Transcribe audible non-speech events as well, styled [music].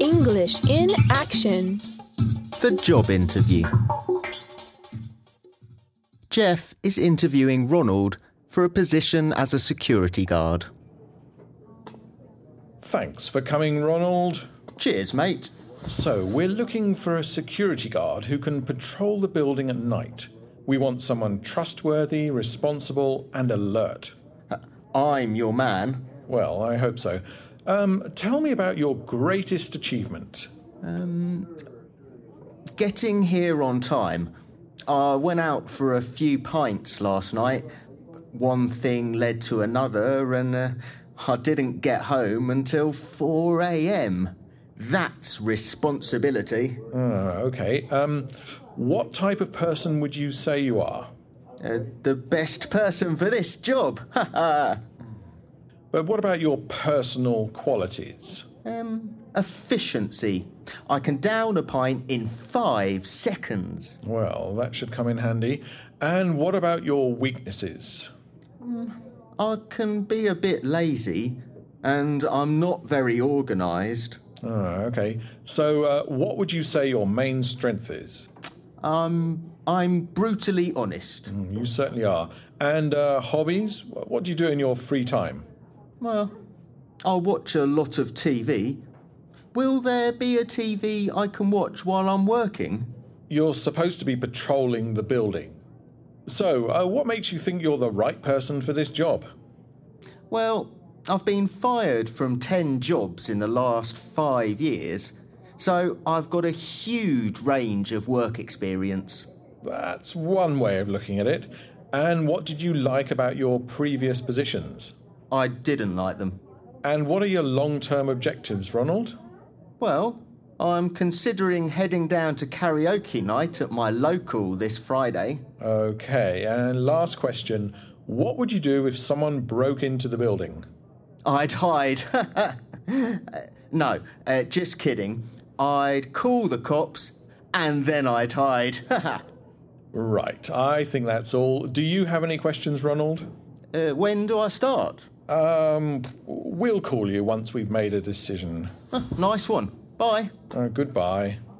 English in action. The job interview. Jeff is interviewing Ronald for a position as a security guard. Thanks for coming, Ronald. Cheers, mate. So, we're looking for a security guard who can patrol the building at night. We want someone trustworthy, responsible, and alert. I'm your man. Well, I hope so. Um, tell me about your greatest achievement. Getting here on time. I went out for a few pints last night. One thing led to another, and uh, I didn't get home until 4 a.m. That's responsibility. Uh, okay. Um, what type of person would you say you are? Uh, the best person for this job. [laughs] Ha ha. But what about your personal qualities? um, efficiency. I can down a pint in five seconds. Well, that should come in handy. And what about your weaknesses? I can be a bit lazy, and I'm not very organised. Ah, okay. So, uh, what would you say your main strength is? Um, I'm brutally honest. You certainly are. And uh, hobbies? Wh- What do you do in your free time? Well, I watch a lot of TV. Will there be a TV I can watch while I'm working? You're supposed to be patrolling the building. So, uh, what makes you think you're the right person for this job? Well, I've been fired from 10 jobs in the last five years, so I've got a huge range of work experience. That's one way of looking at it. And what did you like about your previous positions? I didn't like them. And what are your long term objectives, Ronald? Well, I'm considering heading down to karaoke night at my local this Friday. Okay, and last question What would you do if someone broke into the building? I'd hide. [laughs] no, uh, just kidding. I'd call the cops and then I'd hide. [laughs] uh, Right, I think that's all. Do you have any questions, Ronald? when do I start? Um, we'll call you once we've made a decision. Nice one. Bye. Uh, goodbye.